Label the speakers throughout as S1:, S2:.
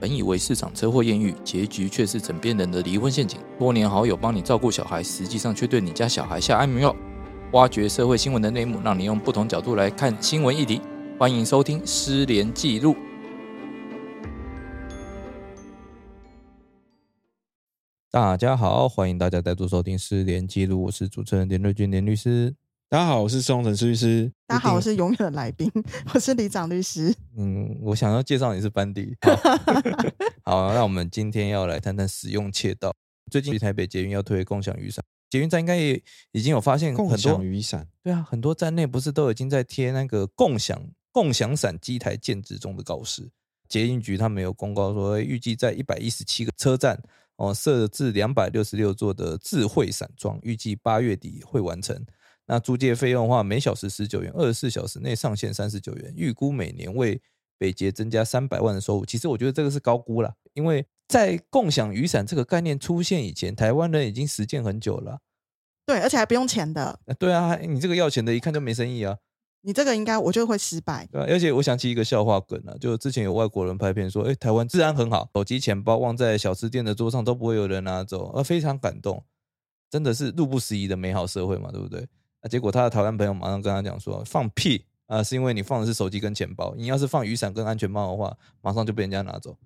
S1: 本以为市场车祸艳遇，结局却是枕边人的离婚陷阱。多年好友帮你照顾小孩，实际上却对你家小孩下安眠药。挖掘社会新闻的内幕，让你用不同角度来看新闻议题。欢迎收听《失联记录》。大家好，欢迎大家再度收听《失联记录》，我是主持人连瑞君连律师。
S2: 大家好，我是宋晨律师。
S3: 大家好，我是永远的来宾， 我是李长律师。
S1: 嗯，我想要介绍你是班底。好，好那我们今天要来谈谈使用窃盗。最近台北捷运要推共享雨伞，捷运站应该也已经有发现
S2: 共
S1: 很多
S2: 享雨伞，
S1: 对啊，很多站内不是都已经在贴那个共享共享伞机台建制中的告示。捷运局他们有公告说，哎预计在一百一十七个车站哦设置两百六十六座的智慧伞桩，预计八月底会完成。那租借费用的话，每小时十九元，二十四小时内上限三十九元，预估每年为北捷增加三百万的收入。其实我觉得这个是高估了，因为在共享雨伞这个概念出现以前，台湾人已经实践很久了啊。
S3: 对，而且还不用钱的。
S1: 啊对啊，你这个要钱的，一看就没生意啊。
S3: 你这个应该我就会失败。
S1: 对啊、而且我想起一个笑话梗啊，就之前有外国人拍片说，哎，台湾治安很好，手机、钱包忘在小吃店的桌上都不会有人拿走，啊，非常感动，真的是路不拾遗的美好社会嘛，对不对？啊，结果他的台湾朋友马上跟他讲说，放屁啊，是因为你放的是手机跟钱包，你要是放雨伞跟安全帽的话，马上就被人家拿走。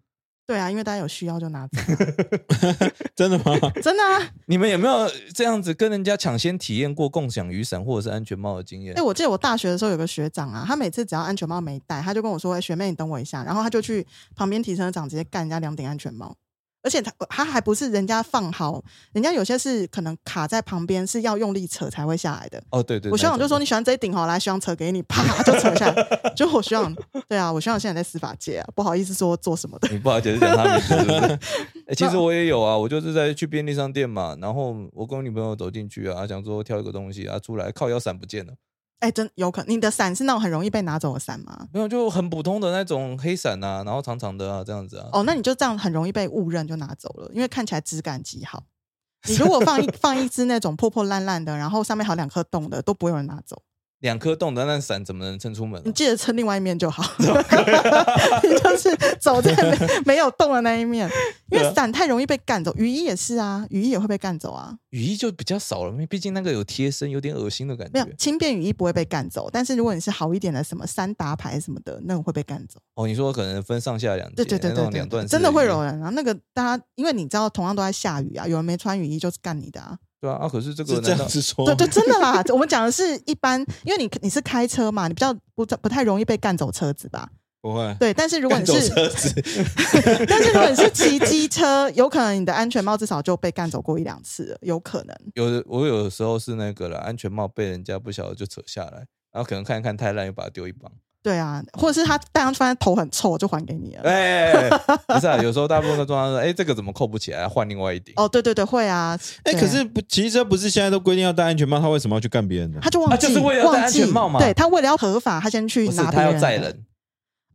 S3: 对啊，因为大家有需要就拿走，啊
S2: 真的吗？
S3: 真的啊。
S1: 你们有没有这样子跟人家抢先体验过共享雨伞或者是安全帽的经验
S3: 哎、？我记得我大学的时候有个学长啊，他每次只要安全帽没戴，他就跟我说：“哎、学妹，你等我一下。”然后他就去旁边提升长直接干人家两顶安全帽，而且他他还不是人家放好，人家有些是可能卡在旁边，是要用力扯才会下来的。
S1: 哦，对对，
S3: 我学
S1: 那
S3: 长就
S1: 种
S3: 说：“你喜欢这一顶好，来学长扯给你，啪就扯下来。”就我学长，对啊，我学长现在在司法界啊，不好意思说做什么的。
S1: 你不好解释讲他名字是不 是欸其实我也有啊，我就是在去便利商店嘛，然后我跟我女朋友走进去啊，想说挑一个东西啊，出来靠腰伞不见了，
S3: 哎、真有可能你的伞是那种很容易被拿走的伞吗？
S1: 没有就很普通的那种黑伞啊，然后长长的啊这样子啊。
S3: 哦，那你就这样很容易被误认就拿走了，因为看起来质感极好。你如果 放一放一只那种破破烂烂的，然后上面还有两颗洞的，都不会有人拿走。
S1: 两颗洞的那伞怎么能撑出门、
S3: 你
S1: 啊？
S3: 记得撑另外一面就好， 你就是走在 没没有洞的那一面，因
S1: 对
S3: 为
S1: 啊
S3: 伞太容易被干走。雨衣也是啊，雨衣也会被干走啊。
S1: 雨衣就比较少了，因为毕竟那个有贴身，有点恶心的感
S3: 没有
S1: 觉。
S3: 轻便雨衣不会被干走，但是如果你是好一点的什么三达牌什么的，那种会被干走。
S1: 哦，你说可能分上下两节，
S3: 对对对
S1: 那
S3: 对
S1: 种
S3: 对
S1: 两段式
S3: 真的会
S1: 雨衣
S3: 有人啊。那个大家，因为你知道，同样都在下雨啊，有人没穿雨衣就是干你的啊。
S1: 对啊啊，可是这个
S2: 是这
S1: 难道
S2: 样子说
S3: 对，对，真的啦。我们讲的是一般，因为你你是开车嘛，你比较不不太容易被干走车子吧？
S2: 不会。
S3: 对，但是如果
S2: 干
S3: 你
S2: 走
S3: 是，
S2: 车子，
S3: 但是如果你是骑机车，有可能你的安全帽至少就被干走过一两次了，有可能。
S1: 有的我有的时候是那个了，安全帽被人家不晓得就扯下来，然后可能看一看太烂，又把它丢一帮。
S3: 对啊，或者是他戴上去发现头很臭，就还给你了。
S1: 哎、不是啊，有时候大部分都装上说，哎、这个怎么扣不起来，换另外一顶。
S3: 哦，对对对，会啊。
S2: 哎，
S3: 对
S2: 可是不，骑车不是现在都规定要戴安全帽，他为什么要去干别人呢
S3: 他？就忘记，
S1: 啊就是为了戴
S3: 忘记
S1: 安全帽嘛
S3: 对他为了要合法，他先去
S1: 不是
S3: 拿别
S1: 他
S3: 人
S1: 要
S3: 的
S1: 载人，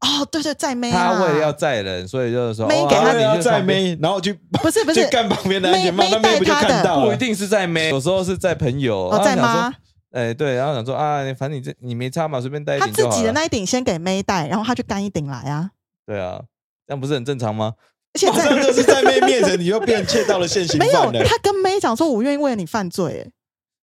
S3: 哦，对对，载妹啊，
S1: 他为了要载人，所以就是说，
S3: 妹
S1: 哦
S3: 给
S1: 啊
S3: 他
S2: 为
S1: 你
S2: 了
S1: 就
S2: 要
S1: 是旁
S2: 载
S1: 边，
S2: 妹，然后去
S3: 不是不
S2: 去
S3: 是
S2: 干旁边的安全帽，
S3: 妹
S2: 那妹不就
S3: 妹戴他
S2: 看
S3: 的
S2: 到
S1: 不一
S2: 了？
S1: 定是载妹，有时候是载朋友，
S3: 哦，载
S1: 然后想说
S3: 妈，，
S1: 哎、对，然后想说啊，反正你这你没差嘛，随便带一
S3: 他
S1: 顶
S3: 自
S1: 就好
S3: 己的
S1: 了。
S3: 那一顶先给妹戴，然后他去干一顶来啊。
S1: 对啊，这样不是很正常吗？
S3: 而且
S2: 马
S3: 在
S2: 上哦
S1: 哦
S2: 就是在妹面前，你就变窃盗了现行
S3: 没有
S2: 犯了。
S3: 他跟妹讲说，我愿意为你犯罪，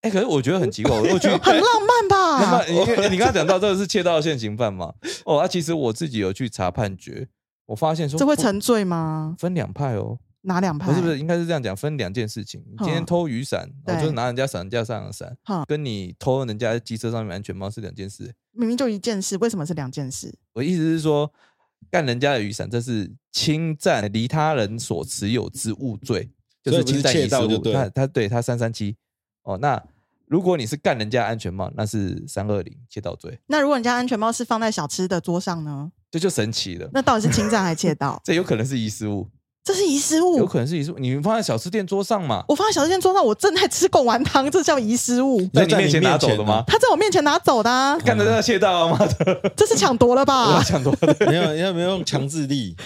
S1: 哎、可是我觉得很奇怪，我我去
S3: 哎， 很浪漫
S1: 那么哎
S3: 吧？
S1: 你你刚刚讲到这个是窃盗现行犯嘛？哦，啊，其实我自己有去查判决，我发现说
S3: 这会
S1: 不
S3: 成罪吗？
S1: 分两派哦。
S3: 哪两
S1: 不
S3: 派？
S1: 是不
S2: 哎
S1: 是，应该是这样讲，分两件事情。你今天
S3: 嗯
S1: 偷雨伞，我
S3: 对
S1: 就是拿人家伞，人家上的伞
S3: 嗯，
S1: 跟你偷人家机车上面的安全帽是两件事。
S3: 明明就一件事，为什么是两件事？
S1: 我意思是说，干人家的雨伞，这是侵占离他人所持有之物罪，就
S2: 所以不是
S1: 侵占
S2: 窃
S1: 遗失
S2: 盗就
S1: 物。
S2: 对
S1: 他
S2: 了
S1: 他对他三三七哦，那如果你是干人家安全帽，那是三二零窃盗罪，
S3: 那如果人家安全帽是放在小吃的桌上呢？
S1: 这就神奇了。？
S3: 那到底是侵占还是窃盗
S1: 这有可能是遗失物，
S3: 这是遗失
S1: 有
S3: 物。
S1: 可能是遗失物。你放在小吃店桌上嘛，
S3: 我放在小吃店桌上，我正在吃贡丸汤，这叫遗失物。
S1: 在
S2: 在
S1: 你
S2: 你
S1: 面前拿
S2: 面
S1: 走
S2: 前
S1: 的
S2: 啊
S1: 吗？
S3: 他在我面前拿走的、啊，
S1: 干的这窃盗啊妈的！
S2: 啊
S3: 这是抢夺了
S1: 我
S3: 吧？
S1: 想多了。
S2: 没有，要没有用强制力？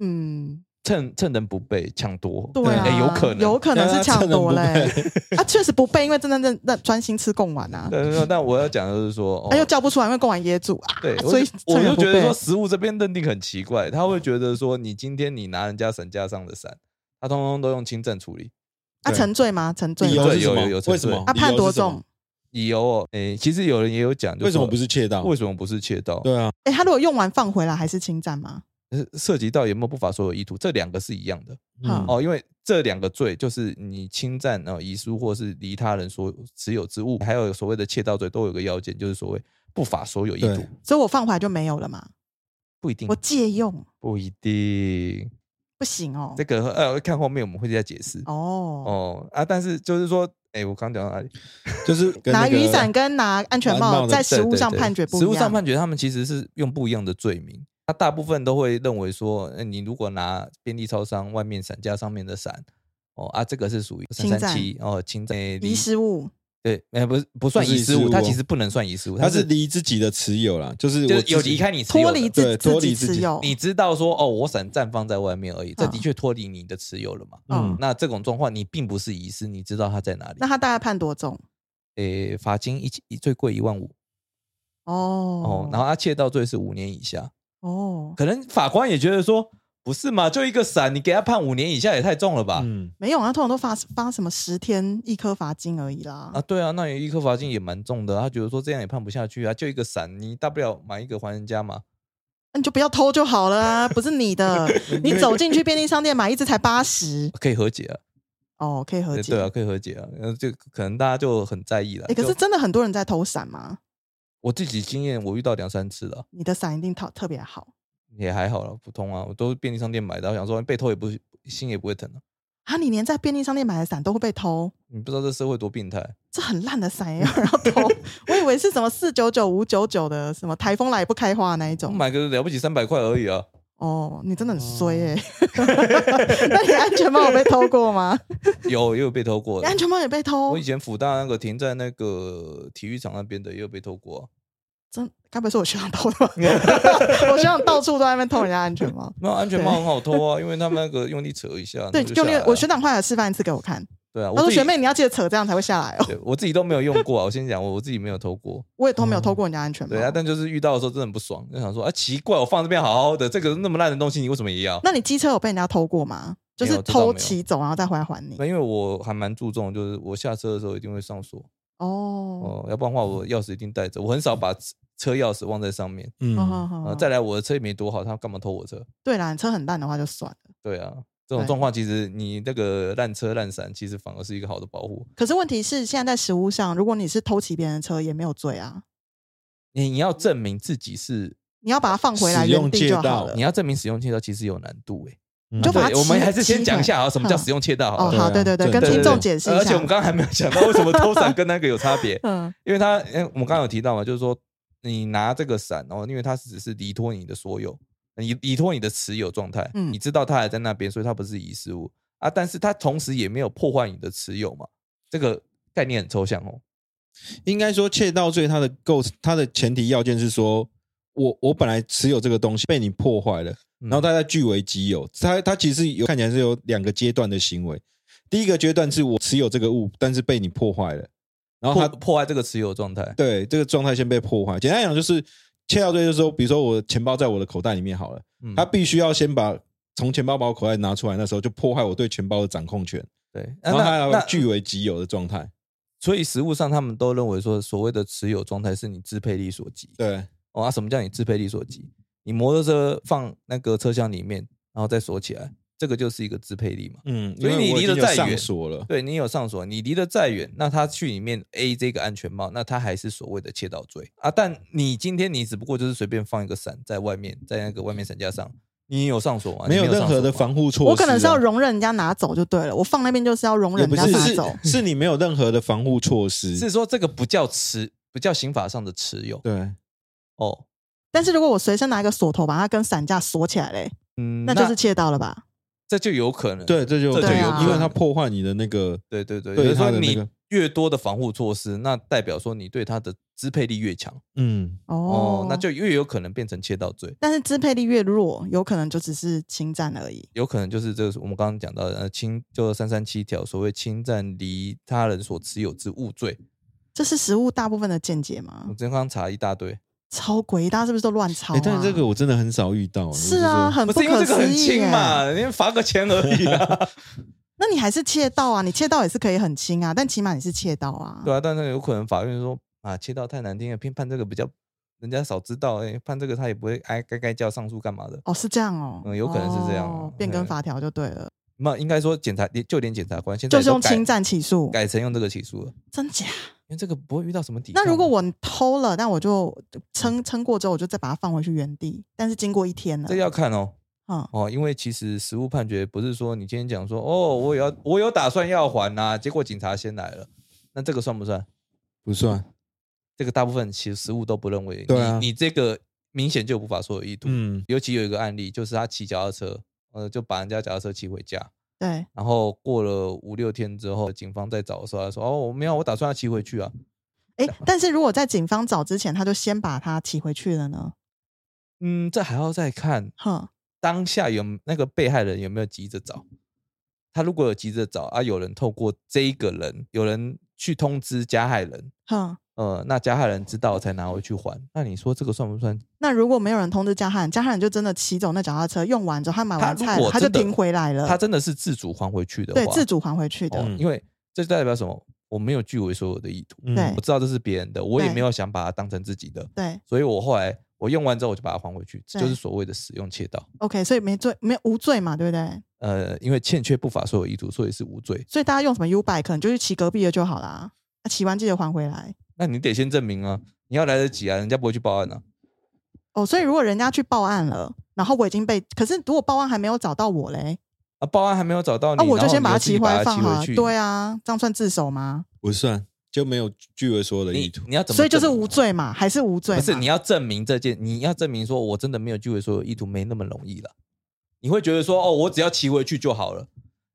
S3: 嗯，
S1: 趁趁人不备抢夺，
S3: 对啊，
S1: 哎有可能，
S3: 有可能是抢 夺
S2: 对啊
S3: 嘞。 啊，确实不背，因为真的认认专心吃贡丸啊，哎
S1: 对对对，但我要讲的就是说，哦
S3: 他又叫不出来，因为贡丸噎住啊。
S1: 对，我
S3: 所以
S1: 就我
S3: 趁人
S1: 就
S3: 不
S1: 觉得说
S3: 备
S1: 食物这边认定很奇怪，他会觉得说你今天你拿人家伞架上的伞，他通通都用轻症处理。
S3: 啊，
S2: 对
S3: 沉醉吗？沉醉
S2: 理
S3: 吗
S2: 由是什
S1: 有有有
S2: 么？
S1: 有
S2: 为什么？
S3: 啊，判
S2: 理由
S3: 多
S2: 是什么
S3: 重？？
S1: 理由哦，诶、其实有人也有讲，就
S2: 为什么
S1: 说
S2: 不是窃盗？
S1: 为什么不是窃盗？
S2: 对啊，
S3: 哎，他如果用完放回来还是侵占吗？
S1: 呃涉及到有没有不法所有意图，这两个是一样的
S3: 嗯
S1: 哦，因为这两个罪就是你侵占呃遗书或是离他人所持有之物，还有所谓的窃盗罪，都有个要件，就是所谓不法所有意图
S2: 对，
S3: 所以我放回来就没有了嘛？
S1: 不一定
S3: 我，借用
S1: 不一定。
S3: 不行哦
S1: 这。个呃，看后面我们会再解释。
S3: 哦，
S1: 哦啊，但是就是说，哎、我刚讲到哪里？
S2: 就是跟
S3: 拿
S2: 那个
S3: 雨伞跟拿安全
S2: 安全
S3: 帽
S2: 帽的
S3: 在
S1: 对
S3: 实物
S1: 对
S3: 上
S1: 对
S3: 判决不一
S1: 实
S3: 样。
S1: 物上判决他们其实是用不一样的罪名。他大部分都会认为说，呃你如果拿便利超商外面伞架上面的伞，哦啊，这个是属于
S3: 侵
S1: 三
S3: 占
S1: 三七哦，侵占
S3: 遗失物，
S1: 对，哎、不是不算
S2: 不是
S1: 遗
S2: 遗
S1: 失
S2: 失
S1: 物，
S2: 物
S1: 它
S2: 哦
S1: 其实不能算遗失物，它
S2: 它是
S1: 是
S2: 离自己的持有啦，就是
S1: 就
S2: 我
S1: 是有
S2: 自己
S1: 离开你持有
S3: 脱
S1: 的
S3: 离自
S2: 对脱
S3: 己
S2: 离自
S3: 持
S2: 己
S3: 有，
S1: 你知道说哦，我伞绽放在外面而已，这的确脱离你的持有了嘛。
S3: 嗯
S2: 嗯，
S1: 那这种状况你并不是遗失，你知道它在哪里
S3: 那？他大概判多重？
S1: 诶、罚金一一最贵一万五
S3: 哦
S1: 哦，然后他窃盗罪是五年以下。
S3: 哦，
S1: 可能法官也觉得说，不是嘛，就一个伞，你给他判五年以下也太重了吧？
S2: 嗯，
S3: 没有啊，通常都发发什么十天一颗罚金而已啦。
S1: 啊，对啊，那也一颗罚金也蛮重的。他觉得说这样也判不下去啊，就一个伞，你大不了买一个还人家嘛。
S3: 那你就不要偷就好了啊，不是你 的，你走进去便利商店买一只才八十，
S1: 可以和解啊，
S3: 哦，可以和
S1: 对
S3: 解。
S1: 对啊，可以和解啊。呃，就可能大家就很在意了。
S3: 哎、可是
S1: 就
S3: 真的很多人在偷伞吗？
S1: 我自己经验，我遇到两三次了，
S3: 你的伞一定特特别好
S1: 也还好了，普通啊，我都是便利商店买的。我想说被偷也不心也不会疼啊。
S3: 啊！你连在便利商店买的伞都会被偷，
S1: 你不知道这社会多变态，啊
S3: 这很烂的伞也有人要偷。 我以为是什么四九九、五九九的，什么台风来不开花的那一
S1: 我
S3: 种。
S1: 买个了不起三百块而已啊。
S3: 哦，你真的很衰耶、 那你安全帽有被偷 过吗？
S1: 有也有被偷过
S3: 你
S1: 的，
S3: 安全帽也被偷
S1: 我以？前辅大那个停在那个体育场那边的也有被偷过、啊。
S3: 真，该不会是我学长偷的 吧？我学长到处都在那边偷人家安全帽。
S1: 没有安全帽很好偷 啊，因为他们那个用力扯一下，
S3: 对，
S1: 那
S3: 就
S1: 下
S3: 那
S1: 来啊
S3: 个我学长快来示范一次给我看。
S1: 对啊，我
S3: 他说：“
S1: 自己
S3: 学妹，，你要记得扯，这样才会下来 哦。
S1: 对我自己都没有 用过啊，我先讲我我自己没有偷过，”
S3: 我也都没有偷过人家安全帽。
S1: 对啊，但就是遇到的时候真的很不爽，就想说啊奇怪，我放这边好好的，这个那么烂的东西你为什么也要？
S3: 那你机车有被人家偷过吗？就
S1: 没有
S3: 是
S1: 这倒没
S3: 偷
S1: 有
S3: 骑走，然后再回来还你
S1: 那。因为我还蛮注重，就是我下车的时候一定会上锁
S3: 哦，
S1: 哦，要不然的话我钥匙一定带着，我很少把车车钥匙忘在上面。
S2: 嗯
S3: 好好好
S1: 啊，
S3: 好
S1: 再来我的车也没多好，他干嘛偷我车？
S3: 对啦，你车很烂的话就算了。
S1: 对啊，这种
S3: 对
S1: 状况其实你那个烂车烂伞，其实反而是一个好的保护。
S3: 可是问题是，现在在实物上，如果你是偷骑别人的车，也没有罪啊。
S1: 你你要证明自己是
S3: 你要把它放回来
S2: 使用
S3: 原地就
S2: 借
S3: 好
S2: 道
S3: 了
S1: 你。要证明使用窃盗其实有难度诶、
S2: 嗯
S3: 就把它
S1: 对，我们
S3: 骑
S1: 还是先
S3: 骑
S1: 讲一下啊，什么叫
S3: 嗯
S1: 使用窃盗好了？
S3: 哦，
S2: 对
S3: 好，
S2: 啊
S3: 对对对，
S2: 对
S3: 跟
S1: 对
S3: 听
S1: 对
S3: 众
S1: 对
S3: 解释
S1: 呃
S3: 一
S1: 而且我
S3: 下，
S1: 们。刚刚还没有讲到为什么偷伞跟那个有差别
S3: 嗯，
S1: 因为它，因为我们刚刚有提到嘛，就是说你拿这个伞哦，因为它只是离脱你的所有，你离脱你的持有状态，
S3: 嗯
S1: 你知道它还在那边，所以它不是遗失物啊，但是它同时也没有破坏你的持有嘛，这个概念很抽象哦。
S2: 应该说窃盗罪它的构它的前提要件是说，我我本来持有这个东西被你破坏了，
S1: 嗯
S2: 然后它再据为己有，它它其实有看起来是有两个阶段的行为，第一个阶段是我持有这个物，但是被你破坏了，然后
S1: 破
S2: 它
S1: 破坏这个持有状态，
S2: 对这个状态先被破坏。简单讲就是窃盗罪就是说，比如说我钱包在我的口袋里面好了，
S1: 嗯
S2: 他必须要先把从钱包把我口袋拿出来，那时候就破坏我对钱包的掌控权，
S1: 对，啊
S2: 然后他
S1: 那
S2: 要
S1: 那
S2: 据为己有的状态。
S1: 所以实物上他们都认为说，所谓的持有状态是你支配力所及。
S2: 对，
S1: 哦，啊，什么叫你支配力所及？你摩托车放那个车厢里面，然后再锁起来，这个就是一个支配力嘛。
S2: 嗯，
S1: 所以
S2: 因为
S1: 你
S2: 我
S1: 离
S2: 已
S1: 得
S2: 经有
S1: 再
S2: 上
S1: 远
S2: 锁了。
S1: 对你有上锁，你离得再远，那他去里面 A 这个安全帽，那他还是所谓的窃盗罪啊。但你今天你只不过就是随便放一个伞在外面，在那个外面伞架上，你有上锁吗？
S2: 啊没
S1: 你
S2: 有
S1: 有
S2: 任
S1: 上锁
S2: 何的
S1: 吗
S2: 防护措施啊、
S3: 我可能是要容忍人家拿走就对了。我放那边就是要容
S2: 也
S3: 忍
S2: 不
S3: 人
S2: 是
S3: 家拿
S2: 是
S3: 走。
S2: 是你没有任何的防护措施，
S1: 是说这个不叫持，不叫刑法上的持有
S2: 对，
S1: 哦。
S3: 但是如果我随身拿一个锁头把它跟伞架锁起来嘞，
S1: 嗯，
S3: 那就是窃盗了吧？
S1: 这就有可能。
S2: 对，这就啊
S1: 这
S3: 就有
S2: 因
S3: 可
S2: 为
S1: 能
S2: 它破坏你的那个，
S1: 对对对，
S2: 对
S1: 就是
S2: 他
S1: 说
S2: 的那
S1: 你
S2: 个
S1: 越多的防护措施，那代表说你对它的支配力越强
S2: 嗯，
S1: 哦那就越有可能变成窃盗罪，
S3: 但是支配力越弱，有可能就只是侵占而已。
S1: 有可能就是这个是我们刚刚讲到的呃侵，就三三七条所谓侵占离他人所持有之物罪。
S3: 这是食物大部分的见解
S1: 我
S3: 吗？
S1: 刚刚查一大堆，
S3: 超诡异，大家是不是都乱抄、
S2: 哎、
S3: 啊
S2: 但是这个我真的很少遇到。
S3: 是啊，，很
S1: 不是因为
S3: 可
S1: 这个
S3: 思
S1: 很
S3: 议耶
S1: 轻。嘛，你罚个钱而已 啊。
S3: 那你还是窃盗啊？你窃盗也是可以很轻啊，但起码你是窃盗啊。
S1: 对啊，但是有可能法院说啊，切到太难听了，偏判这个比较人家少知道，哎、判这个他也不会哎该该叫上诉干嘛的。
S3: 哦，是这样哦，
S1: 嗯有可能是这样嗯
S3: 哦变更法条就对了，
S1: 那应该说检察就连检察官现在
S3: 就是
S1: 都
S3: 用
S1: 改
S3: 侵占起诉，
S1: 改成用这个起诉了，
S3: 真假？
S1: 因为这个不会遇到什么抵抗啊。
S3: 那如果我偷了，那我就
S1: 嗯
S3: 撑撑过之后，我就再把它放回去原地，但是经过一天了
S1: 这，要看哦
S3: 嗯，
S1: 哦，因为其实实务判决不是说你今天讲说哦，我有要我有打算要还呐、啊结果警察先来了，那这个算不算？
S2: 不算。
S1: 这个大部分其实实务都不认为，
S2: 对啊
S1: 你你这个明显就无法说有意图。
S2: 嗯，
S1: 尤其有一个案例，就是他骑脚踏车，呃，就把人家脚踏车骑回家，
S3: 对，
S1: 然后过了五六天之后，警方在找的时候，他说：“哦，我没有，我打算要骑回去啊。
S3: 哎，但是如果在警方找之前，他就先把它骑回去了呢，”
S1: 嗯，这还要再看
S3: 哼，
S1: 当下有那个被害人有没有急着找。他如果有急着找啊，有人透过这一个人，有人去通知加害人，
S3: 哼。
S1: 呃，那加害人知道才拿回去还。那你说这个算不算？
S3: 那如果没有人通知加害人，加害人就真的骑走那脚踏车，用完之后他买
S1: 他
S3: 完
S1: 如
S3: 菜了
S1: 果
S3: 他就
S1: 真的
S3: 停回来了，
S1: 他真的是自主还回去的话，
S3: 啊对自主还回去的。
S1: 哦、
S2: 嗯
S1: 因为这代表什么？我没有据为所有的意图，
S2: 嗯
S3: 对
S1: 我知道这是别人的，我也
S3: 对
S1: 没有想把它当成自己的，
S3: 对
S1: 所以我后来我用完之后我就把它还回去，这
S3: 对
S1: 就是所谓的使用窃盗。
S3: ，OK，所以没罪，没有无罪嘛，对不对？
S1: 呃，因为欠缺不法所有意图，所以是无罪。
S3: 所以大家用什么 U bike，可能就去骑隔壁的就好啦。那骑完记得还回来
S1: 那你得先证明啊，你要来得及啊，人家不会去报案啊。
S3: 哦。所以如果人家去报案了，然后我已经被，可是如果报案还没有找到我嘞，
S1: 啊，报案还没有找到你，
S3: 那、我
S1: 然
S3: 就
S1: 后
S3: 先
S1: 你
S3: 它
S1: 自己
S3: 骑回来
S1: 把它
S3: 放
S1: 骑
S3: 好
S1: 回
S3: 了
S1: 去。
S3: 对，啊，这样算自首吗？
S2: 不算，就没有据为所有的意
S1: 你
S2: 图。
S1: 你要怎么？
S3: 所以就是无。罪嘛，还是无罪嘛？
S1: 不是，你要证明这件，你要证明说我真的没有据为所有意图，没那么容易了。你会觉得说，哦，我只要骑回去就好了。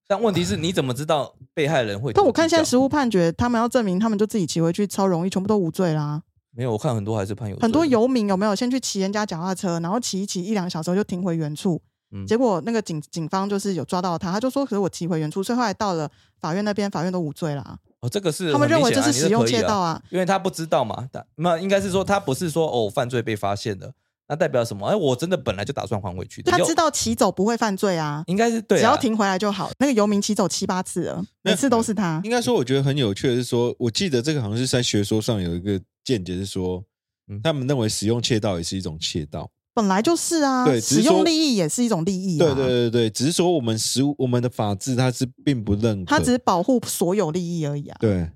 S1: 但问题是，你怎么知道被害人会？
S3: 但我看现在实务判决，他们要证明他们就自己骑回去超容易，全部都无罪啦。
S1: 没有，我看很多还是判有罪的
S3: 很多游民有没有先去骑人家脚踏车，然后骑一骑一两小时就停回原处？
S1: 嗯
S3: 结果那个警警方就是有抓到他，他就说可是我骑回原处，所以后来到了法院那边，法院都无罪啦。
S1: 哦，这个是
S3: 他们
S1: 很
S3: 认
S1: 明
S3: 为
S1: 显
S3: 这
S1: 啊
S3: 是
S1: 你
S3: 使用
S1: 可以
S3: 窃
S1: 啊
S3: 盗啊，
S1: 因为他不知道嘛，他那应该是说他不是说哦犯罪被发现了，那代表什么？哎，我真的本来就打算还回去的，
S3: 他
S1: 又
S3: 知道骑走不会犯罪啊，
S1: 应该是对啊，
S3: 只要停回来就好。那个游民骑走七八次了，
S2: 那
S3: 每次都是他
S2: 应。该说，我觉得很有趣的是说，我记得这个好像是在学说上有一个见解是说
S1: 嗯，
S2: 他们认为使用窃盗也是一种窃盗。
S3: 本来就是啊，
S2: 对只
S3: 使
S2: 是说
S3: 用利益也是一种利益、啊。
S2: 对对对对，只是说我们实务我们的法治它是并不认可，
S3: 他只是保护所有利益而已啊，
S2: 对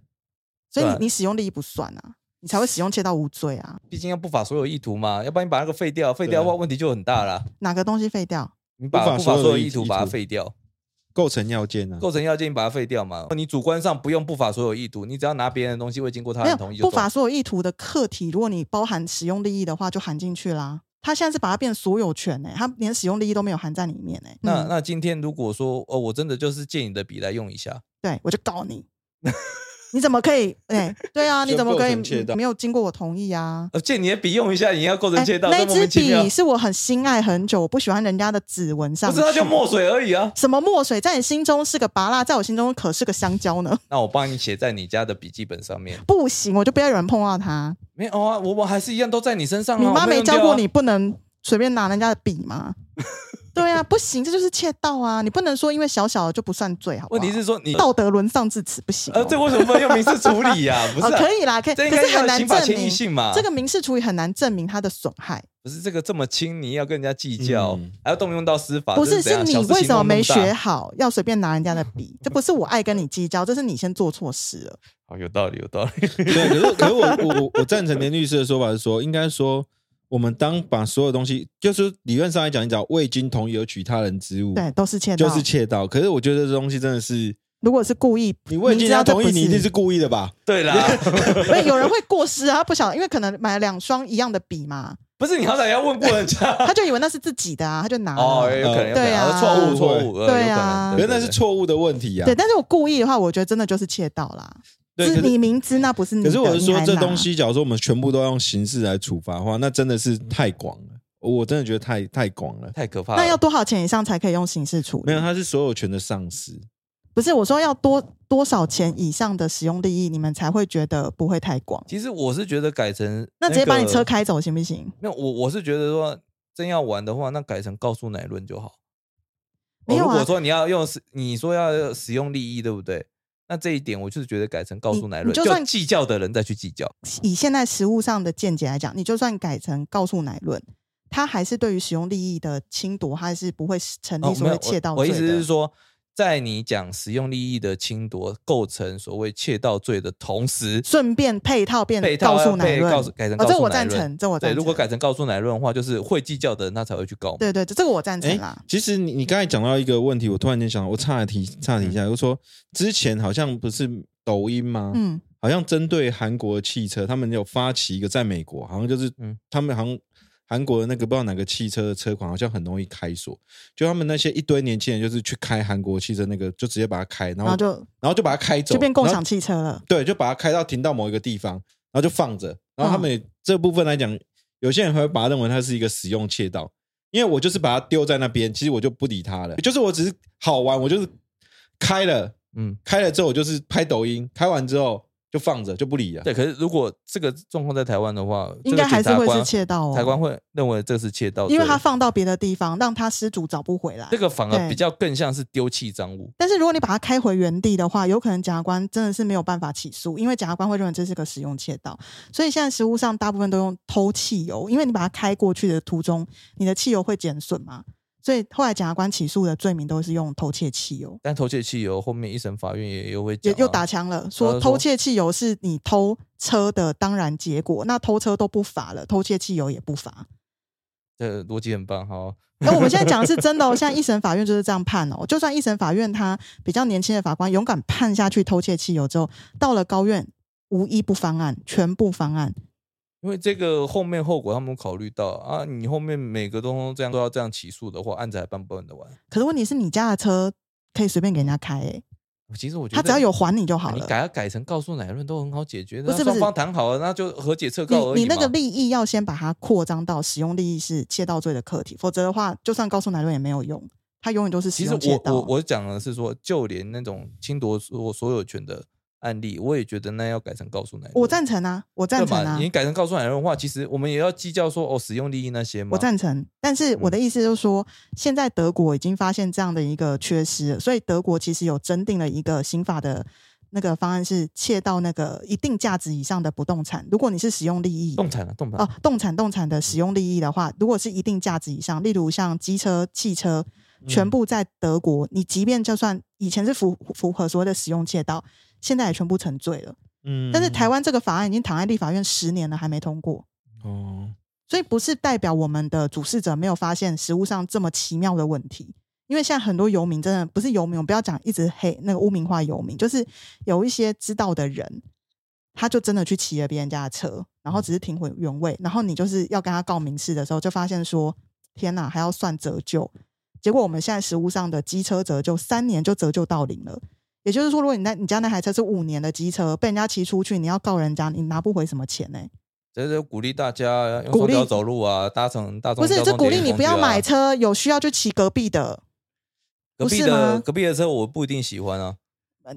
S3: 所以
S1: 对
S3: 你你使用利益不算啊，你才会使用窃盗无罪啊。
S1: 毕竟要不法所有意图嘛，要不然你把那个废掉，废掉的话问题就很大啦。
S3: 哪个东西废掉？
S1: 你
S2: 不
S1: 把
S2: 啊法
S1: 不法
S2: 所有
S1: 所有
S2: 意
S1: 意图
S2: 意
S1: 把它
S2: 图
S1: 废掉，
S2: 构成要件啊。
S1: 构成要件你把它废掉嘛。你主观上不用不法所有意图，你只要拿别人的东西未经过他
S3: 没
S1: 人
S3: 有
S1: 同意就
S3: 不
S1: 算
S3: 法所有意图的课题，如果你包含使用利益的话，就含进去啦。他现在是把它变所有权呢、他连使用利益都没有含在里面呢、
S1: 那
S3: 嗯、
S1: 那今天如果说哦，我真的就是借你的笔来用一下，
S3: 对我就告 你，你怎么可以？哎、对啊，
S2: 就
S3: 你怎么可以
S2: 构成窃盗
S3: 没有经过我同意啊？
S1: 呃，借你的笔用一下，你要构成
S3: 哎
S1: 窃盗，
S3: 那
S1: 这
S3: 一
S1: 莫名
S3: 支
S1: 其妙
S3: 笔，是我很心爱很久，我不喜欢人家的指纹上
S1: 不
S3: 去。
S1: 是它就墨水而已啊。
S3: 什么墨水，在你心中是个拔蜡，在我心中可是个香蕉呢？
S1: 那我帮你写在你家的笔记本上面。
S3: 不行，我就不要有人碰到它。
S1: 没有啊，我我还是一样都在你身上啊。
S3: 你妈
S1: 我有
S3: 没
S1: 用掉
S3: 教
S1: 啊
S3: 过你，不能随便拿人家的笔 吗？对啊，不行，这就是窃盗啊！你不能说因为小小的就不算罪，好不
S1: 问
S3: 好？
S1: 题是说你
S3: 道德沦丧至此，不行哦、
S1: 呃，这为什么不能用民事处理 呀？不是
S3: 哦
S1: 啊，
S3: 可以啦，可以，
S1: 这应
S3: 可
S1: 该
S3: 是很
S1: 要
S3: 难
S1: 刑法
S3: 证
S1: 迁移
S3: 明
S1: 性嘛。
S3: 这个民事处理很难证明它的损害。
S1: 不是这个这么轻，你要跟人家计较
S2: 嗯，
S1: 还要动用到司法，
S3: 不
S1: 啊这
S3: 是，
S1: 怎
S3: 是
S1: 样
S3: 你
S1: 小事
S3: 为
S1: 情
S3: 什么
S1: 弄
S3: 没
S1: 那么大
S3: 学好，要随便拿人家的笔？这不是我爱跟你计较，这是你先做错事了。
S1: 哦，有道理，有道理。
S2: 对，可是可是我我我我赞成连律师的说法是说，应该说我们当把所有东西，就是理论上来讲，你只要未经同意而取他人之物，
S3: 对，都是窃盗。
S2: 就是窃盗。可是我觉得这东西真的是，
S3: 如果是故意，
S2: 你未经
S3: 明知道
S2: 他
S3: 这
S2: 同意，
S3: 不
S2: 你一定是故意的吧？
S1: 对 啦，
S3: 所以有人会过失啊，他不晓得，因为可能买了两双一样的笔嘛，
S1: 不是你好歹要问过人 家。
S3: 他就以为那是自己的啊，他就拿了。
S1: 哦，有可能，有可
S3: 啊对
S1: 能
S3: 啊
S1: 错误，错误，呃
S3: 对
S1: 有可
S3: 啊
S1: 能，
S2: 可
S1: 对
S2: 是那是。错误的问题呀、啊
S3: 对，但是我故意的话，我觉得真的就是窃盗啦。
S2: 对
S3: 知
S2: 可是
S3: 你明知那不是你的，
S2: 可是我是说，
S3: 你还
S2: 这
S3: 拿
S2: 东西，假如说我们全部都要用刑事来处罚的话，那真的是太广了。我真的觉得太太广了。
S1: 太可怕了。
S3: 那要多少钱以上才可以用刑事处
S2: 没
S3: 理
S2: 有，？它是所有权的丧失。
S3: 不是我说要多多少钱以上的使用利益，你们才会觉得不会太广。
S1: 其实我是觉得改成
S3: 那直接把你
S1: 个
S3: 车开走行不行？
S1: 没有，我我是觉得说，真要玩的话，那改成告诉乃论就好。哦
S3: 没有啊
S1: 如果说你要用使，你说要使用利益，对不对？那这一点我就是觉得改成告诉乃
S3: 你
S1: 论，
S3: 你就算
S1: 计较的人再去计较。
S3: 以现在实物上的见解来讲，你就算改成告诉乃论，他还是对于使用利益的侵夺，他还是不会成立所
S1: 哦没有
S3: 谓窃盗
S1: 我。我
S3: 罪
S1: 意
S3: 的。
S1: 思是说，在你讲使用利益的侵夺构成所谓窃盗罪的同时，
S3: 顺便配套变
S1: 被
S3: 告诉乃
S1: 被
S3: 论，
S1: 告诉改成
S3: 哦
S1: 告
S3: 这
S1: 诉
S3: 我
S1: 乃
S3: 赞
S1: 论
S3: 成，这我赞
S1: 对，
S3: 成。嗯
S1: 如果改成告诉乃论的话，就是会计较的人他才会去告嘛。
S3: 对对，这个我赞成
S2: 哎
S3: 啦。，
S2: 其实你你刚才讲到一个问题，我突然间想到，我差点提差点提一下，就说之前好像不是抖音吗？
S3: 嗯，
S2: 好像针对韩国的汽车，他们有发起一个在美国，好像就是
S1: 嗯
S2: 他们好像韩国的那个不知道哪个汽车的车款，好像很容易开锁，就他们那些一堆年轻人就是去开韩国汽车那个，就直接把它开，然
S3: 然后
S2: 后
S3: 就
S2: 然后就把它开走，
S3: 就变共
S2: 然
S3: 享
S2: 后
S3: 汽车了。
S2: 对，就把它开到停到某一个地方，然后就放着，
S3: 嗯
S2: 然后他们也这部分来讲，有些人还会把它认为它是一个使用窃盗，因为我就是把它丢在那边，其实我就不理它了，就是我只是好玩，我就是开了。
S1: 嗯，
S2: 开了之后我就是拍抖音，开完之后就放着就不理了。
S1: 对。可是如果这个状况在台湾的话，这
S3: 应
S1: 个
S3: 该
S1: 检
S3: 还是
S1: 察
S3: 会
S1: 官
S3: 是窃盗
S1: 台
S3: 哦，
S1: 湾会认为这是窃盗罪，
S3: 因为他放到别的地方，让他失主找不回来
S1: 这。个反而
S3: 对
S1: 比较更像是丢弃赃物。
S3: 但是如果你把它开回原地的话，有可能检察官真的是没有办法起诉，因为检察官会认为这是个使用窃盗。所以现在实务上大部分都用偷汽油，因为你把它开过去的途中，你的汽油会减损嘛。所以后来检察官起诉的罪名都是用偷窃汽油，
S1: 但偷窃汽油后面一审法院也又会
S3: 也
S1: 讲啊
S3: 又打枪了，
S1: 他
S3: 说
S1: 说
S3: 偷窃汽油是你偷车的当然结果，那偷车都不罚了，偷窃汽油也不罚。
S1: 这逻辑很棒哈、哦。
S3: 那哎我们现在讲的是真的、哦，现在一审法院就是这样判哦。就算一审法院他比较年轻的法官勇敢判下去偷窃汽油之后，到了高院无一不方案，全部方案。
S1: 因为这个后面后果他们有考虑到啊，你后面每个东西这样都要这样起诉的话，案子还办不办得完？
S3: 可是问题是你家的车可以随便给人家开、欸，
S1: 其实我觉得啊
S3: 他只要有还你就好
S1: 你
S3: 了。
S1: 改要改成告诉乃论都很好解决的，
S3: 不是
S1: 那
S3: 不
S1: 双
S3: 是
S1: 方谈好了，那就和解撤告而已
S3: 你你那
S1: 嘛
S3: 个利益要先把它扩张到使用利益是窃盗罪的课题，否则的话，就算告诉乃论也没有用，他永远都是使
S1: 其实
S3: 用窃
S1: 我
S3: 盗。
S1: 我我讲的是说，就连那种侵夺所所有权的案例，我也觉得那要改成告诉乃论。
S3: 我赞成啊，我赞
S1: 对
S3: 成
S1: 嘛
S3: 啊，
S1: 你改成告诉乃论的话，其实我们也要计较说哦，使用利益那些嘛。
S3: 我赞成，但是
S1: 嗯
S3: 我的意思就是说，现在德国已经发现这样的一个缺失了，所以德国其实有增订了一个刑法的那个方案，是窃盗那个一定价值以上的不动产，如果你是使用利益
S1: 动产了，啊动产
S3: 哦，动产动产的使用利益的话，如果是一定价值以上，例如像机车、汽车，
S1: 嗯
S3: 全部在德国，你即便就算以前是符符合所谓的使用窃盗，现在也全部成罪了。
S2: 嗯
S3: 但是台湾这个法案已经躺在立法院十年了，还没通过。
S2: 哦，
S3: 所以不是代表我们的主事者没有发现食物上这么奇妙的问题。因为现在很多游民真的不是游民，我们不要讲一直黑那个污名化游民，就是有一些知道的人，他就真的去骑了别人家的车，然后只是停回原位，然后你就是要跟他告民事的时候，就发现说天哪，还要算折旧。结果我们现在实物上的机车折旧三年就折旧到零了，也就是说，如果你那你家那台车是五年的机车，被人家骑出去，你要告人家，你拿不回什么钱呢、
S1: 这就鼓励大家用
S3: 鼓
S1: 双
S3: 励
S1: 脚走路啊，搭乘大众、
S3: 不是，这鼓励你不要买
S1: 车。
S3: 车，有需要就骑隔壁的。
S1: 隔壁
S3: 不是
S1: 的
S3: 吗
S1: 隔壁的车我不一定喜欢啊，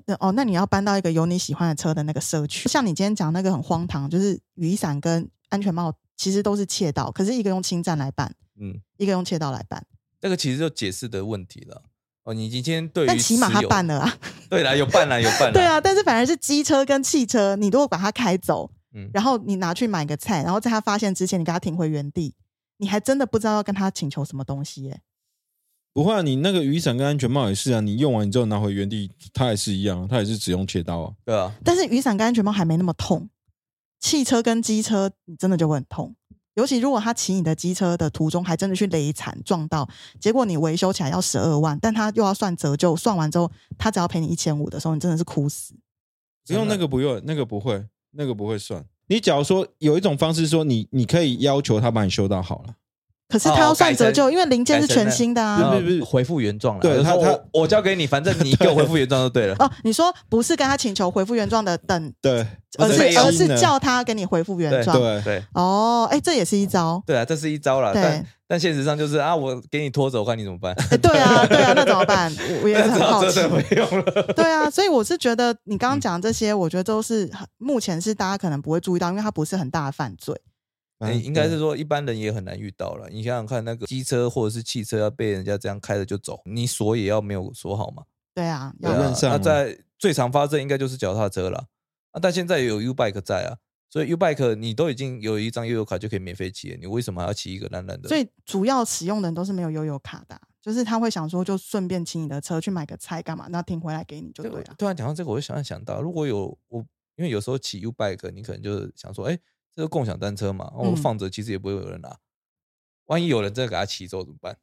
S3: 呃哦，那你要搬到一个有你喜欢的车的那个社区。像你今天讲那个很荒唐，就是雨伞跟安全帽其实都是窃盗，可是一个用侵占来办，
S1: 嗯，
S3: 一个用窃盗来办。
S1: 这个其实就解释的问题了。哦，你今天对于
S3: 但起码他
S1: 持有
S3: 办了啊，
S1: 对啦，有办啦，有办啦，
S3: 对，啊。但是反而是机车跟汽车，你如果把它开走，
S1: 嗯
S3: 然后你拿去买个菜，然后在他发现之前，你给他停回原地，你还真的不知道要跟他请求什么东西耶、
S2: 不会啊，你那个雨伞跟安全帽也是啊，你用完你之后拿回原地，它也是一样啊，它也是只用切刀啊。
S1: 对啊，
S3: 但是雨伞跟安全帽还没那么痛，汽车跟机车你真的就会很痛。尤其如果他骑你的机车的途中，还真的去雷惨撞到，结果你维修起来要十二万，但他又要算折旧，算完之后他只要赔你一千五的时候，你真的是哭死。
S2: 不用那个不用，那个不会，那个不会算。你假如说有一种方式说你，你可以要求他把你修到好了，
S3: 可是他要算
S1: 哦
S3: 折旧，因为零件是全新的
S1: 然
S3: 啊。
S1: 后
S2: 不是不是
S1: 回复原状了。
S2: 对
S1: 就是
S2: 他
S1: 说
S2: 他
S1: 我我交给你，反正你给我回复原状就对了。
S3: 哦，你说不是跟他请求回复原状的等，
S2: 对，
S3: 而
S1: 是
S3: 是
S1: 被
S3: 而
S2: 新
S3: 是
S2: 的
S3: 叫他给你回复原状。
S2: 对
S1: 对
S3: 哦，哎，这也是一招。
S1: 对啊，这是一招啦。
S3: 对
S1: 但但现实上就是啊，我给你拖走，看你怎么 办。
S3: 哎，对啊，对啊，那怎么办？我我也是很 好
S1: 这
S3: 奇。
S1: 真的没用 了。
S3: 对啊，所以我是觉得你
S1: 嗯
S3: 刚刚讲这些，我觉得都是很目前是大家可能不会注意到，因为它不是很大的犯罪。
S1: 哎
S2: 嗯
S1: 应该是说一般人也很难遇到了。你想想看，那个机车或者是汽车要被人家这样开了就走，你锁也要没有锁好嘛？
S3: 对啊，
S1: 对
S3: 要
S2: 理
S1: 啊
S2: 论，上
S1: 那
S2: 啊
S1: 在最常发生应该就是脚踏车了。啊，但现在有 U Bike 在啊，所以 U Bike 你都已经有一张悠游卡就可以免费骑了，你为什么还要骑一个烂烂的？
S3: 所以主要使用的人都是没有悠游卡的啊、就是他会想说，就顺便骑你的车去买个菜干嘛，那停回来给你就
S1: 对
S3: 对啊
S1: 我
S3: 了。
S1: 突然讲到这个，我就想想到，如果有我，因为有时候骑 U bike，你可能就是想说，哎、这个共享单车嘛，哦我
S3: 嗯
S1: 放着其实也不会有人拿。万一有人真的给他骑走怎么办？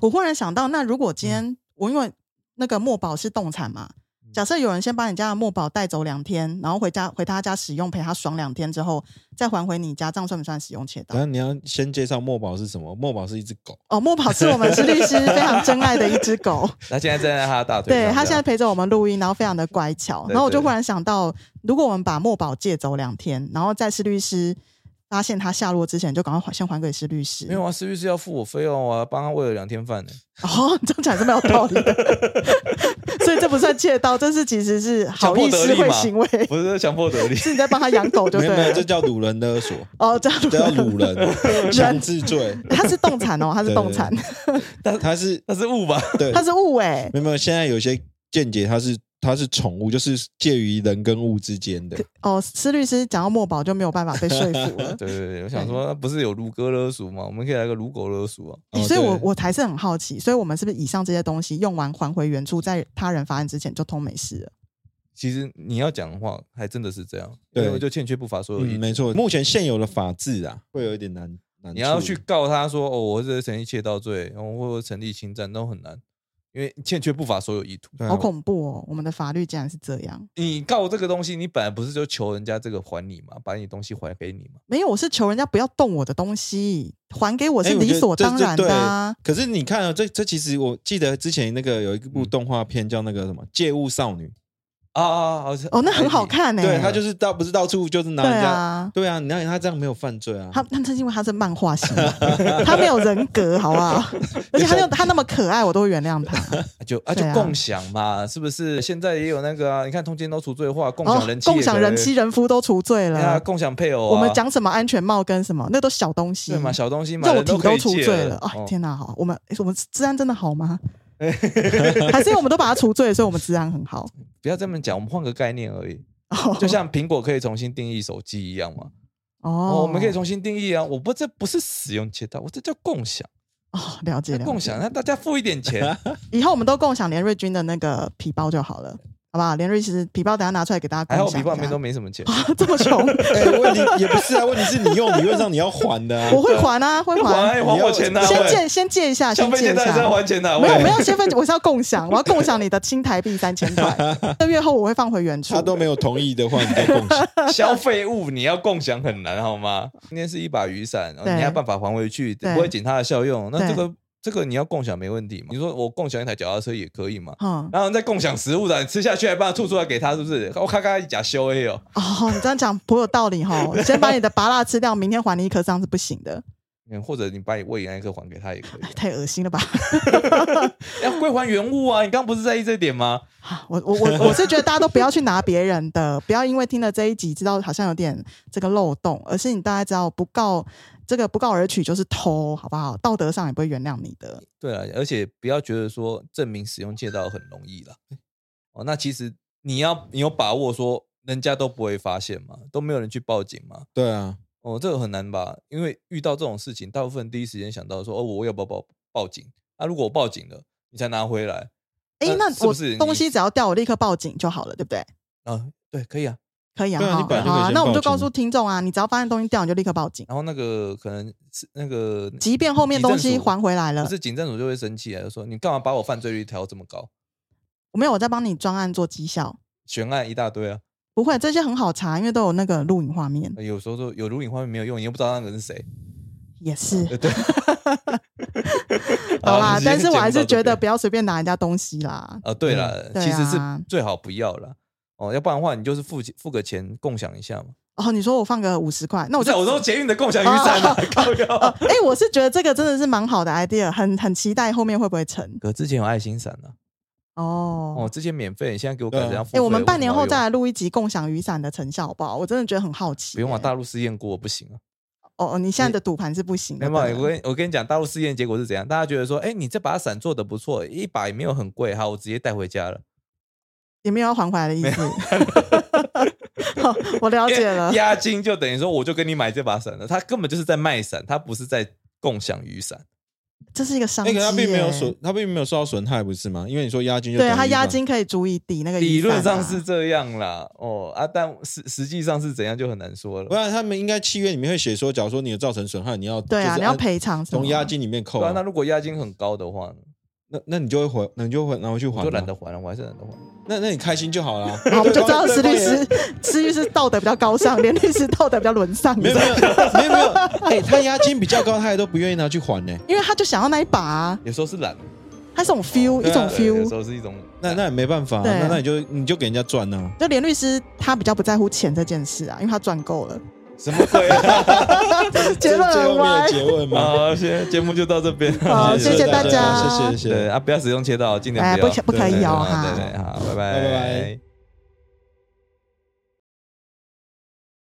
S3: 我忽然想到，那如果
S1: 嗯
S3: 今天、我因为那个墨宝是动产嘛，
S1: 嗯
S3: 假设有人先把你家的墨宝带走两天，然后回家回他家使用，陪他爽两天之后，再还回你家，这样算不算使用窃盗
S2: 然？后你要先介绍墨宝是什么？墨宝是一只狗，
S3: 哦，墨宝是我们是律师非常珍爱的一只狗，
S1: 他现在站在他的大腿上，
S3: 对他
S1: 这
S3: 现在
S1: 样
S3: 陪着我们录音，然后非常的乖巧。
S1: 对
S3: 然后我就
S1: 对
S3: 忽然想到，如果我们把墨宝借走两天，然后在是律师发现他下落之前，就赶快还先还给是律师。
S1: 没有啊，是不是要付我费用啊？帮他喂了两天饭呢、
S3: 哦，这样讲是没有道理的，所以这不算窃盗，这是其实是好意思会行为，
S1: 不是强迫得利。
S3: 是你在帮他养狗就
S2: 没
S3: 对
S2: 有没有，这
S3: 了。
S2: 叫掳人勒索，
S3: 哦，这样
S2: 这叫掳 人强 制罪，
S3: 他是动产哦，他是动产，
S2: 它是
S1: 那是误 吧？
S2: 对，
S3: 他是物哎、
S2: 没有没有，现在有些见解它是它是宠物，就是介于人跟物之间的，
S3: 哦，施律师讲到墨宝就没有办法被说服了。
S1: 对对对，我想说，不是有卢哥勒索吗？我们可以来个卢狗勒索啊。
S2: 哦
S3: 所以我，我
S2: 对
S3: 才是很好奇，所以我们是不是以上这些东西用完还回原处，在他人发案之前就通没事了？
S1: 其实你要讲的话，还真的是这样，
S2: 对
S1: 因为就欠缺不法所有义
S2: 嗯，
S1: 务。
S2: 没错，目前现有的法制啊，会有一点难难处，
S1: 你要去告他说哦，我这成立窃盗罪，然后或者成立侵占都很难，因为欠缺不法所有意图。
S2: 对啊
S3: 好恐怖哦！我们的法律竟然是这样。
S1: 你告这个东西，你本来不是就求人家这个还你嘛，把你东西还给你嘛？
S3: 没有，我是求人家不要动我的东西，还给我
S2: 哎
S3: 是
S2: 我觉
S3: 理
S2: 得
S3: 所
S2: 这
S3: 当
S2: 这
S3: 然的、啊
S2: 对可是你看啊，这这其实我记得之前那个有一部
S1: 嗯
S2: 动画片叫那个什么《借物少女
S1: 啊啊啊！是
S3: 哦，那很好。看呢、》，
S2: 对，她就是到不是到处就是拿
S3: 对
S2: 人家，
S3: 啊，
S2: 对啊，你看她这样没有犯罪啊，
S3: 他他是因为 他是漫画型的，他没有人格，好不好？而且他又他那么可爱，我都会原谅他。
S1: 哎就啊，就
S3: 对啊
S1: 共享嘛，是不是？现在也有那个啊，你看通奸都除罪化，共
S3: 哦
S1: 享人，妻也可以，
S3: 共享人妻人夫都除罪
S2: 哎
S1: 对啊，
S3: 了。
S1: 共享配偶啊，
S3: 我们讲什么安全帽跟什么，那都小东西
S1: 对嘛，小东西嘛，
S3: 肉
S1: 人
S3: 体
S1: 可
S3: 都
S1: 以
S3: 除
S1: 借
S3: 罪了，哎，
S1: 哦
S3: 天哪，好，我们诶我们治安真的好 吗？还是因为我们都把它除罪，所以我们治安很好。
S1: 不要这么讲，我们换个概念而已，
S3: 哦
S1: 就像苹果可以重新定义手机一样嘛。
S3: 哦
S1: 哦，我们可以重新定义啊！我不，这不是使用街道，我这叫共享。
S3: 哦，了解了解。
S1: 共享，那大家付一点钱，
S3: 以后我们都共享连瑞君的那个皮包就好了，好不好？连瑞其实皮包等下拿出来给大家
S1: 还好
S3: 共
S1: 我皮
S3: 享一
S1: 包
S3: 下。
S1: 里 面都没什么钱。
S3: 啊，这么穷，
S2: 哎，问题也不是啊，问题是你用理论上你要还的啊
S3: 我，会还啊，会还
S1: 还。还我钱呐！
S3: 先
S1: 喂
S3: 借先借一下，
S1: 消
S3: 先
S1: 费
S3: 借
S1: 钱
S3: 一
S1: 当然是要
S3: 下。
S1: 还钱的，
S3: 没有
S1: 喂
S3: 没有，先分，我是要共享，我要共享你的新台币三千 块，这月后我会放回原处
S2: 她。都没有同意的话，你就共享，
S1: 消费物你要共享很难好吗？今天是一把雨伞，哦
S3: 对
S1: 你还有办法还回去，
S3: 对
S1: 不会减它的效用。那
S3: 对
S1: 这个这个你要共享没问题嘛？你说我共享一台脚踏车也可以嘛？
S3: 嗯，
S1: 然后你再共享食物的，你吃下去还把它吐出来给他，是不是？我咔咔一假修哎哦，
S3: 哦，你这样讲颇有道 理哈。先把你的拔蜡吃掉，明天还你一颗，这样是不行的，
S1: 嗯或者你把你喂的那一颗还给他也可以啊。
S3: 太恶心了吧？
S1: 要归还原物啊！你刚刚不是在意这点吗？
S3: 啊我我我 我是觉得大家都不要去拿别人的，不要因为听了这一集知道好像有点这个漏洞，而是你大家知道不告这个不告而取就是偷，好不好？道德上也不会原谅你的。
S1: 对啊，而且不要觉得说证明使用借道很容易啦。哦，那其实你要你有把握说人家都不会发现嘛，都没有人去报警嘛。
S2: 对啊，
S1: 哦，这个很难吧？因为遇到这种事情，大部分第一时间想到说，哦，我要不要报报警？啊，如果我报警了，你才拿回来
S2: 呃
S3: 诶，
S1: 那
S3: 那
S1: 是不
S3: 我
S1: 是你
S3: 东西只要掉，我立刻报警就好了，对不对？
S1: 啊，对，可以啊。
S3: 可以啊，
S2: 对啊
S3: 哈
S2: 你本来就
S3: 好
S2: 可以
S3: 啊
S2: 先
S3: 那我们
S2: 报
S3: 就告
S2: 警
S3: 诉听众啊，你只要发现东西掉，你就立刻报警。
S1: 然后那个可能是那个，
S3: 即便后面东
S1: 警
S3: 西
S1: 政署
S3: 还回来了
S1: 不，是警政署就会生气啊，就说你干嘛把我犯罪率调这么高？
S3: 我没有我在帮你专案做绩效，
S1: 悬案一大堆啊，呃
S3: 不会，这些很好查，因为都有那个录影画面。
S1: 有时候都有录影画面没有用，你又不知道那个人是谁。
S3: 也是。
S2: 呃对，
S1: 哦
S3: 好啦，
S2: 今天
S3: 但是我还
S2: 节目
S3: 是
S2: 到这
S3: 觉得
S2: 边
S3: 不要随便拿人家东西啦。
S1: 啊，对了，
S3: 对
S1: 其实是
S3: 啊
S1: 最好不要了哦，要不然的话你就是付付个钱共享一下嘛。
S3: 哦，你说我放个五十块，
S1: 不
S3: 那我
S1: 是
S3: 就哦
S1: 啊，我说捷运的共享雨伞啊，靠
S3: 呃
S1: 腰。，
S3: 哎、我是觉得这个真的是蛮好的 idea，很很期待后面会不会成
S1: 可之前有爱心伞啊，
S3: 哦。
S1: 哦，之前免费，现在给我改成要付
S3: 哎、
S1: 费。
S3: 我们半年后
S1: 为什
S3: 再
S1: 么要用
S3: 来录一集共享雨伞的成效，好不好？我真的觉得很好奇、
S1: 不用啊，
S3: 哎
S1: 大陆试验过我不行啊。
S3: 哦哦，你现在的赌盘是不行的。
S1: 没有，
S3: 对不
S1: 我
S3: 对
S1: 跟我跟你讲，大陆试验结果是怎样？大家觉得说，哎，你这把伞做的不错，一把也没有很贵，好，我直接带回家了。
S3: 也没有要还回来的意思。 好，我了解了
S1: 因为。押金就等于说，我就跟你买这把伞了。他根本就是在卖伞，他不是在共享雨伞。
S3: 这是一个商机
S2: 那
S3: 耶、
S2: 个他并没有损，他并没有受到损害，不是吗？因为你说押金就
S3: 对啊
S2: 等于
S3: 他
S2: 一
S3: 押
S2: 万
S3: 金可以足以抵那个
S1: 理
S3: 雨伞啊
S1: 论上是这样啦，哦啊，但实实际上是怎样就很难说
S2: 不
S1: 了。
S2: 然他们应该契约里面会写说，假如说你有造成损害，你要
S3: 对
S2: 就
S3: 啊，
S2: 是
S3: 你要
S2: 按
S3: 赔偿什么
S2: 从押金里面扣
S1: 对
S2: 啊、
S1: 啊，那如果押金很高的话呢，
S2: 那那你就会还，那你就会拿回去还
S1: 我
S2: 吗，
S1: 就懒得还了，我还是懒得还。
S2: 那那你开心就好了。
S3: 好，我们就知道
S2: 对啊
S3: 石律。
S2: 对对
S3: 师，石律师道德比较高尚，连律师道德比较沦丧。
S2: 没有没有啊没有没有，哎，他押金比较高，他也都不愿意拿去还呢。
S3: 因为他就想要那一把、啊，
S1: 有时候是懒，
S3: 他是种 feel，一种
S2: 啊
S1: 对有时
S3: feel。
S1: 候是一种
S2: 那那也没办法，啊
S3: 对啊
S2: 那那你就你就给人家赚啊呐。
S3: 就连律师他比较不在乎钱这件事啊，因为他赚够 了。
S1: 什么鬼啊？
S3: 结论
S2: 这是最后
S3: 很
S2: 面的
S3: 歪。
S2: 结论吗？
S1: 好，现在节目就到这边。
S3: 好谢谢大
S2: 谢
S3: 家
S2: 谢谢谢。
S1: 对啊，不要使用切到，尽量
S3: 哎，
S1: 不
S3: 不
S1: 要
S3: 可。不可以
S2: 对
S3: 哦
S1: 啊
S3: 哈。
S1: 对对，好，拜
S2: 拜拜